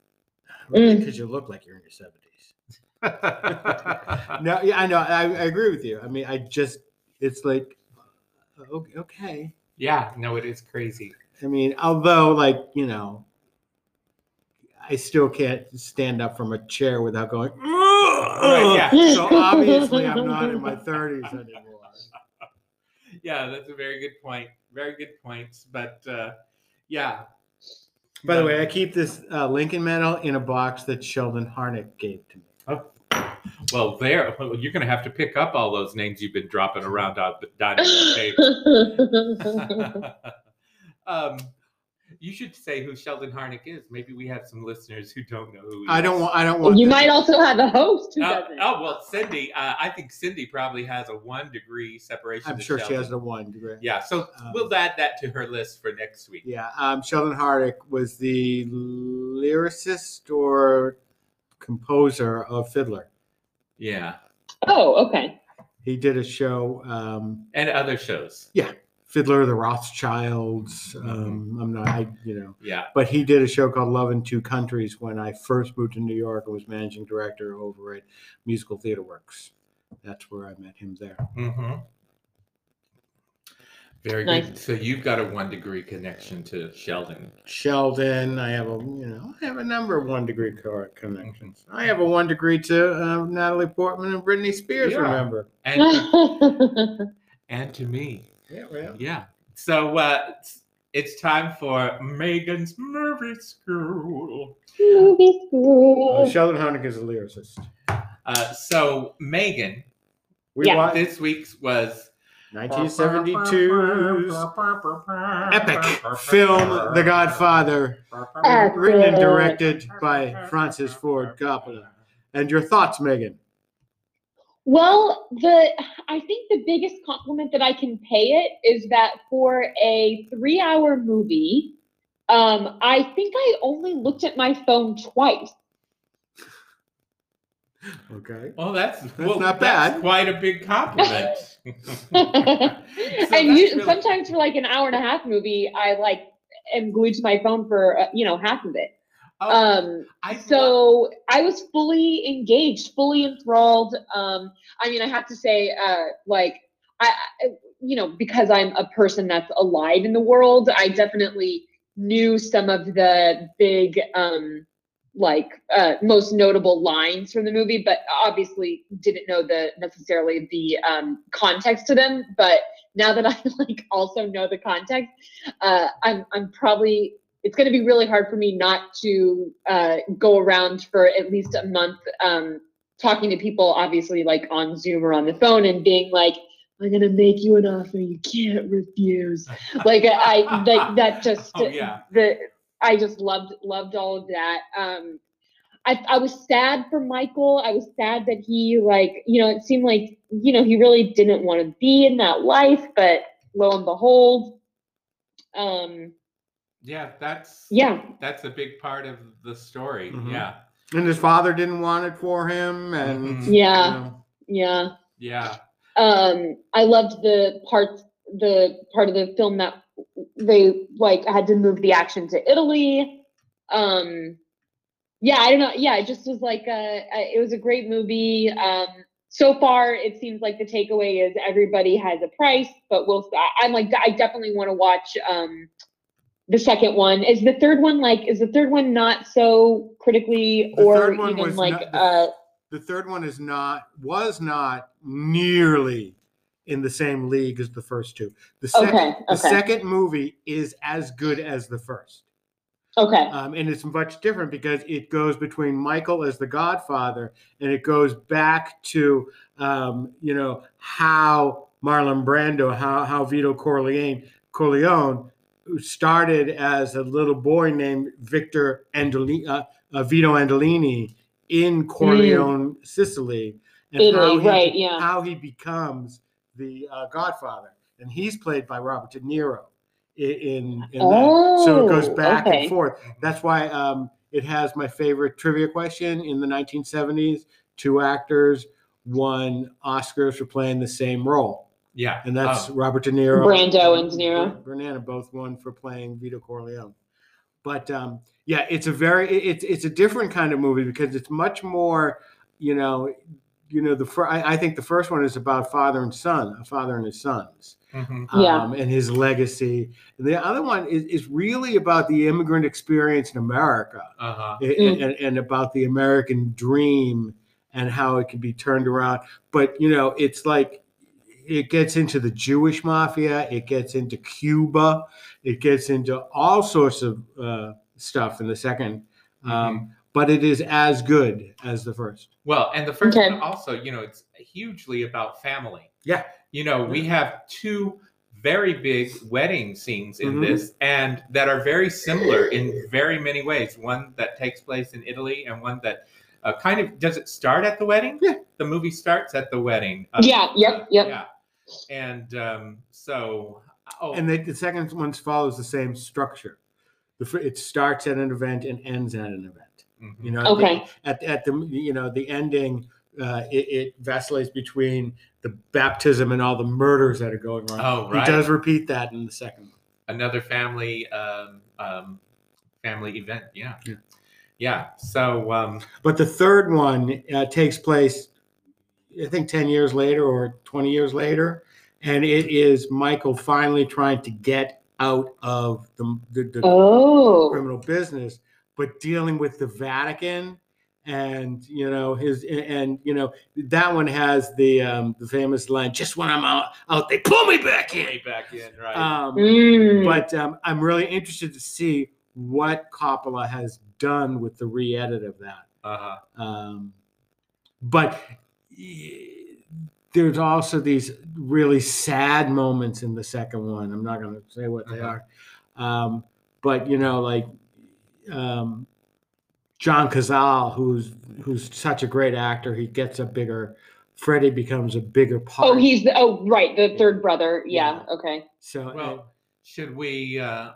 C: Mm.
A: Because you look like you're in your seventies.
B: Uh,
A: No, yeah, I know. I, I agree with you. I mean, I just, it's like, uh, o- okay.
B: yeah, no, it is crazy.
A: I mean, although, like, you know, I still can't stand up from a chair without going,
B: Right, yeah.
A: so obviously I'm not in my 30s anymore.
B: Yeah, that's a very good point. Very good points. But uh, yeah.
A: By the way, I keep this uh, Lincoln medal in a box that Sheldon Harnick gave to me.
B: well, there, well, you're going to have to pick up all those names you've been dropping around out the dining room table. um, you should say who Sheldon Harnick is. Maybe we have some listeners who don't know who he
A: I don't
B: is.
A: want, I don't want,
C: you
A: this-
C: might also have a host who
B: Oh,
C: doesn't.
B: oh, well, Cindy. Uh, I think Cindy probably has a one degree separation.
A: I'm
B: to
A: sure she
B: Sheldon.
A: has the one. Degree.
B: Yeah, so
A: Um,
B: we'll add that to her list for next week.
A: Yeah, um, Sheldon Hardick was the lyricist or composer of Fiddler.
B: Yeah,
C: Oh, okay.
A: He did a show. Um,
B: and other shows.
A: Fiddler of the Rothschilds.
B: Mm-hmm.
A: Um, I'm not, I, you know,
B: Yeah.
A: but he did a show called Love in Two Countries when I first moved to New York and was managing director over at Musical Theater Works. That's where I met him there.
B: hmm Very good.
C: Nice.
B: So you've got a one degree connection to Sheldon.
A: Sheldon, I have a, you know, I have a number of one degree co- connections. I have a one degree to um, Natalie Portman and Britney Spears.
B: Yeah.
A: Remember?
B: And and to me.
A: Yeah, well,
B: Yeah. So uh, it's, it's time for Megan's movie school.
C: Movie
A: uh,
C: school.
A: Sheldon Honig is a lyricist.
B: Uh, so Megan,
A: We
C: Yeah.
A: watched
B: this week's was
A: 1972's epic film, The Godfather.
C: Epic.
A: written and directed by Francis Ford Coppola. And your thoughts, Megan?
C: Well, the I think the biggest compliment that I can pay it is that for a three-hour movie, um, I think I only looked at my phone twice.
A: Okay.
B: Well, that's, well,
A: not
B: that's
A: bad.
B: Quite a big compliment.
C: and you,
B: that's really-
C: sometimes for like an hour and a half movie, I like am glued to my phone for uh, you know half of it.
B: Oh,
C: Um,
B: I love-
C: so I was fully engaged, fully enthralled. Um, I mean, I have to say, uh, like I, I, you know, because I'm a person that's alive in the world, I definitely knew some of the big, um, like uh, most notable lines from the movie, but obviously didn't know the necessarily the um, context to them. But now that I like also know the context, uh, I'm I'm probably it's going to be really hard for me not to uh, go around for at least a month um, talking to people, obviously, like on Zoom or on the phone, and being like, "I'm going to make you an offer you can't refuse." like I, I like that just
B: Oh, yeah.
C: the I just loved loved all of that. Um, I I was sad for Michael. I was sad that he like you know it seemed like you know he really didn't want to be in that life, but lo and behold. Um,
B: yeah, that's
C: yeah,
B: that's a big part of the story.
A: Mhm.
B: Yeah,
A: And his father didn't want it for him, and
B: Mhm.
C: Yeah.
A: you know,
C: Yeah.
B: yeah.
C: Um, I loved the part the part of the film that they like had to move the action to Italy. Um, yeah, I don't know. Yeah, it just was like a, a- it was a great movie. Um, so far, it seems like the takeaway is everybody has a price, but we'll. I, I'm like, I definitely want to watch um, the second one. Is the third one like? Is the third one not so critically
A: The
C: or
A: third one
C: even
A: was
C: like?
A: not-
C: uh,
A: the third one is not was not nearly in the same league as the first two. The second,
C: okay,
A: the
C: okay,
A: second movie is as good as the first.
C: okay.
A: Um, and it's much different because it goes between Michael as the Godfather and it goes back to um, you know how Marlon Brando, how how Vito Corleone, Corleone, who started as a little boy named Victor Andolini, uh, uh, Vito Andolini in Corleone, Sicily, and
C: Mm. Italy,
A: how he,
C: right? Yeah.
A: how he becomes the uh, Godfather, and he's played by Robert De Niro. i- In, in that. so it goes
C: Oh,
A: back
C: okay.
A: and forth. That's why um, it has my favorite trivia question in the 1970s. Two actors won Oscars for playing the same role,
B: Yeah.
A: and that's
B: Oh,
A: Robert De Niro,
C: Brando and De Niro.
A: Br- Brandana both won for playing Vito Corleone. But um, yeah, it's a very it- it's it's a different kind of movie because it's much more, you know, you know the fir- I, I think the first one is about father and son, a father and his sons
B: mhm.
C: Yeah.
A: um, and his legacy. The other one is, is really about the immigrant experience in America
B: Uh-huh.
A: a-
C: Mm.
A: and, and about the American dream and how it can be turned around. But, you know, it's like it gets into the Jewish mafia, it gets into Cuba, it gets into all sorts of uh, stuff in the second.
C: Mm-hmm.
A: Um, but it is as good as the first.
B: Well, and the first
C: Okay.
B: one also, you know, it's hugely about family.
A: Yeah.
B: You know, we have two very big wedding scenes in
A: Mhm.
B: this and that are very similar in very many ways. One that takes place in Italy and one that uh, kind of does it start at the wedding?
A: Yeah.
B: The movie starts at the wedding. Uh,
C: Yeah, yep, yep.
B: Yeah. And um, so, oh,
A: And the, the second one follows the same structure. The, fir- it starts at an event and ends at an event.
B: mhm.
A: You know, at the-
C: Okay.
A: at, at the you know the ending uh, it, it vacillates between the baptism and all the murders that are going on.
B: Oh, right.
A: He does repeat that in the second one.
B: Another family um, um, family event. Yeah.
A: Yeah.
B: Yeah. So um,
A: But the third one uh, takes place, I think, 10 years later or 20 years later. And it is Michael finally trying to get out of the, the, the
C: Oh,
A: criminal business, but dealing with the Vatican and you know his and, you know that one has the um the famous line just when i'm out out they pull me back in
B: way back in, right?
A: um
C: Mm.
A: but um i'm really interested to see what coppola has done with the re-edit of that
B: uh-huh.
A: um, but y- there's also these really sad moments in the second one. I'm not going to say what they
B: Uh-huh.
A: are, um, but you know, like um, John Cazale, who's who's such a great actor, he gets a bigger. Freddie becomes a bigger part.
C: oh, he's the, oh right, the third brother. Yeah. Okay.
A: so
B: Well, should we? Uh,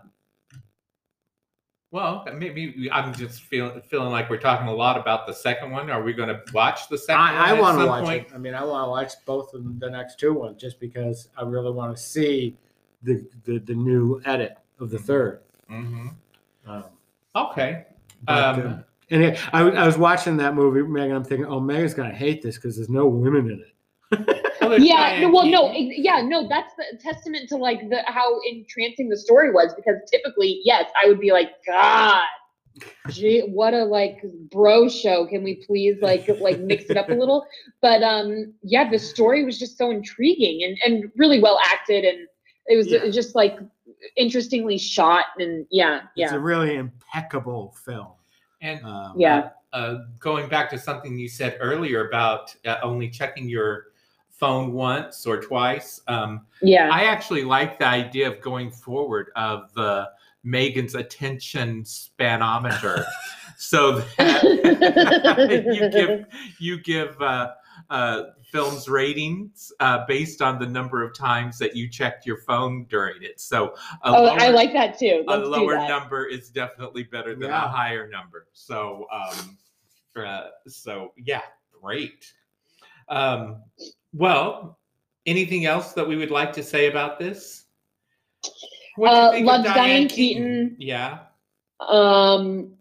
B: well, maybe we- I'm just feeling feeling like we're talking a lot about the second one. Are we going to watch the second one
A: I, I
B: at
A: want to
B: some
A: watch
B: point?
A: it. I mean, I want to watch both of them, the next two ones just because I really want to see the, the the new edit of the
B: Mhm.
A: third.
B: hmm
A: Um,
B: Okay.
A: But,
B: Um,
A: um, and it, I, w- I was watching that movie, Megan. I'm thinking, oh, Megan's gonna hate this because there's no women in it.
B: well, they're
C: Yeah. no-
B: trying-
C: Well, no. ex- Yeah. No. That's the testament to like the how entrancing the story was because typically, yes, I would be like, God, gee, what a like bro show. Can we please like like mix it up a little? But um, yeah, the story was just so intriguing and and really well acted and it was
A: Yeah.
C: just like interestingly shot and yeah,
A: It's
C: yeah.
A: a really impeccable film.
B: And
A: Um,
C: Yeah.
B: uh, going back to something you said earlier about uh, only checking your phone once or twice. Um,
C: Yeah.
B: I actually like the idea of going forward of uh, Megan's attention spanometer, so that you give you give uh, uh, films ratings uh, based on the number of times that you checked your phone during it. So a
C: oh,
B: lower,
C: I like that too.
B: a
C: Let's do
B: lower
C: that.
B: number is definitely better than
A: Yeah.
B: a higher number. So um, uh, so yeah, great. Um, well, anything else that we would like to say about this? What
C: Uh, love Diane Keaton.
B: Yeah.
C: Um,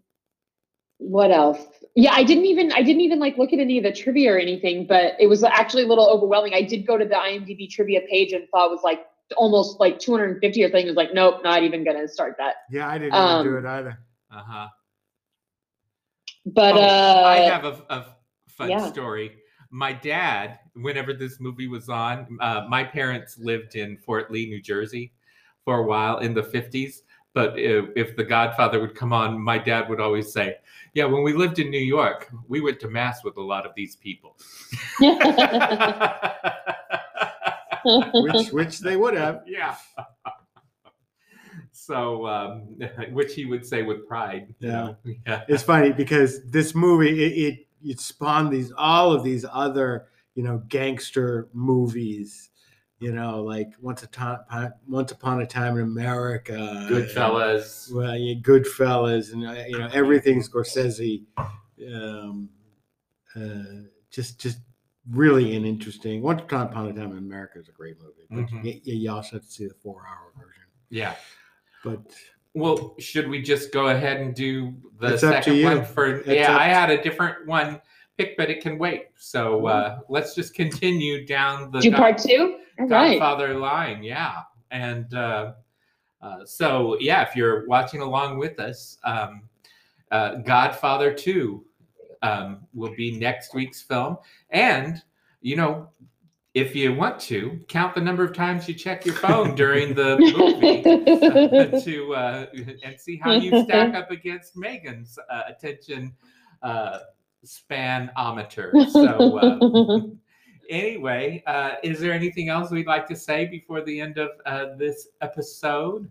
C: what else? Yeah, I didn't even I didn't even like look at any of the trivia or anything, but it was actually a little overwhelming. I did go to the IMDb trivia page and thought it was like almost like 250 or something. It was like, nope, not even gonna start that.
A: yeah, I didn't
C: Um,
A: even do it either.
B: Uh huh.
C: But uh,
B: Oh, I have a, a fun
C: yeah.
B: story. My dad, whenever this movie was on, uh, my parents lived in Fort Lee, New Jersey for a while in the 50s. But if, if The Godfather would come on, my dad would always say, Yeah, when we lived in New York, we went to Mass with a lot of these people.
C: uh,
A: Which which they would have.
B: yeah. So, um, which he would say with pride. you
A: Yeah.
B: know? Yeah.
A: It's funny because this movie it, it it spawned these all of these other you know gangster movies. You know, like once a time, once upon a time in America, and-
B: Goodfellas.
A: Well, Uh, yeah, Goodfellas, and uh, you know everything Scorsese. Um, uh, just, just really an interesting. Once Upon a Time in America is a great movie, but
B: Mhm.
A: y- you, also have to see the four-hour version.
B: Yeah.
A: But
B: Well, should we just go ahead and do the
A: It's up to
B: second
A: you.
B: one for?
A: It's
B: yeah,
A: up
B: I
A: to-
B: had a different one pick, but it can wait. So uh,
A: Mm-hmm.
B: let's just continue down the
C: do
B: God-
C: part two. All right.
B: Godfather line. Yeah, and uh, uh, so yeah, if you're watching along with us, um, uh, Godfather Two um, will be next week's film, and you know. If you want to count the number of times you check your phone during the movie, to uh, and see how you stack up against Megan's uh, attention uh, spanometer. So uh, anyway, uh, is there anything else we'd like to say before the end of uh, this episode?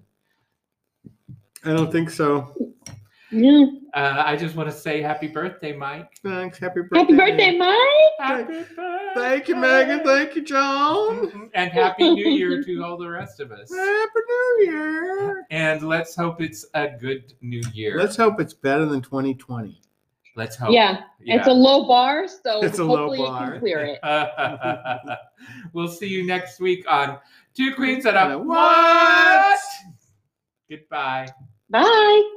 A: I don't think so.
C: Yeah.
B: Uh, I just want to say happy birthday, Mike.
A: Thanks. Happy birthday.
C: Happy birthday, Mike.
B: Happy birthday.
A: Thank you, Megan. Thank you, John.
B: Mhm. And happy New Year to all the rest of us.
A: Happy New Year.
B: And let's hope it's a good New Year.
A: Let's hope it's better than 2020.
B: Let's hope.
C: yeah, it's a low bar, so
A: It's a low
C: hopefully you
A: bar.
C: can clear it.
B: Yeah. we'll see you next week on Two Queens and a
A: And a
B: What? Goodbye.
C: Bye.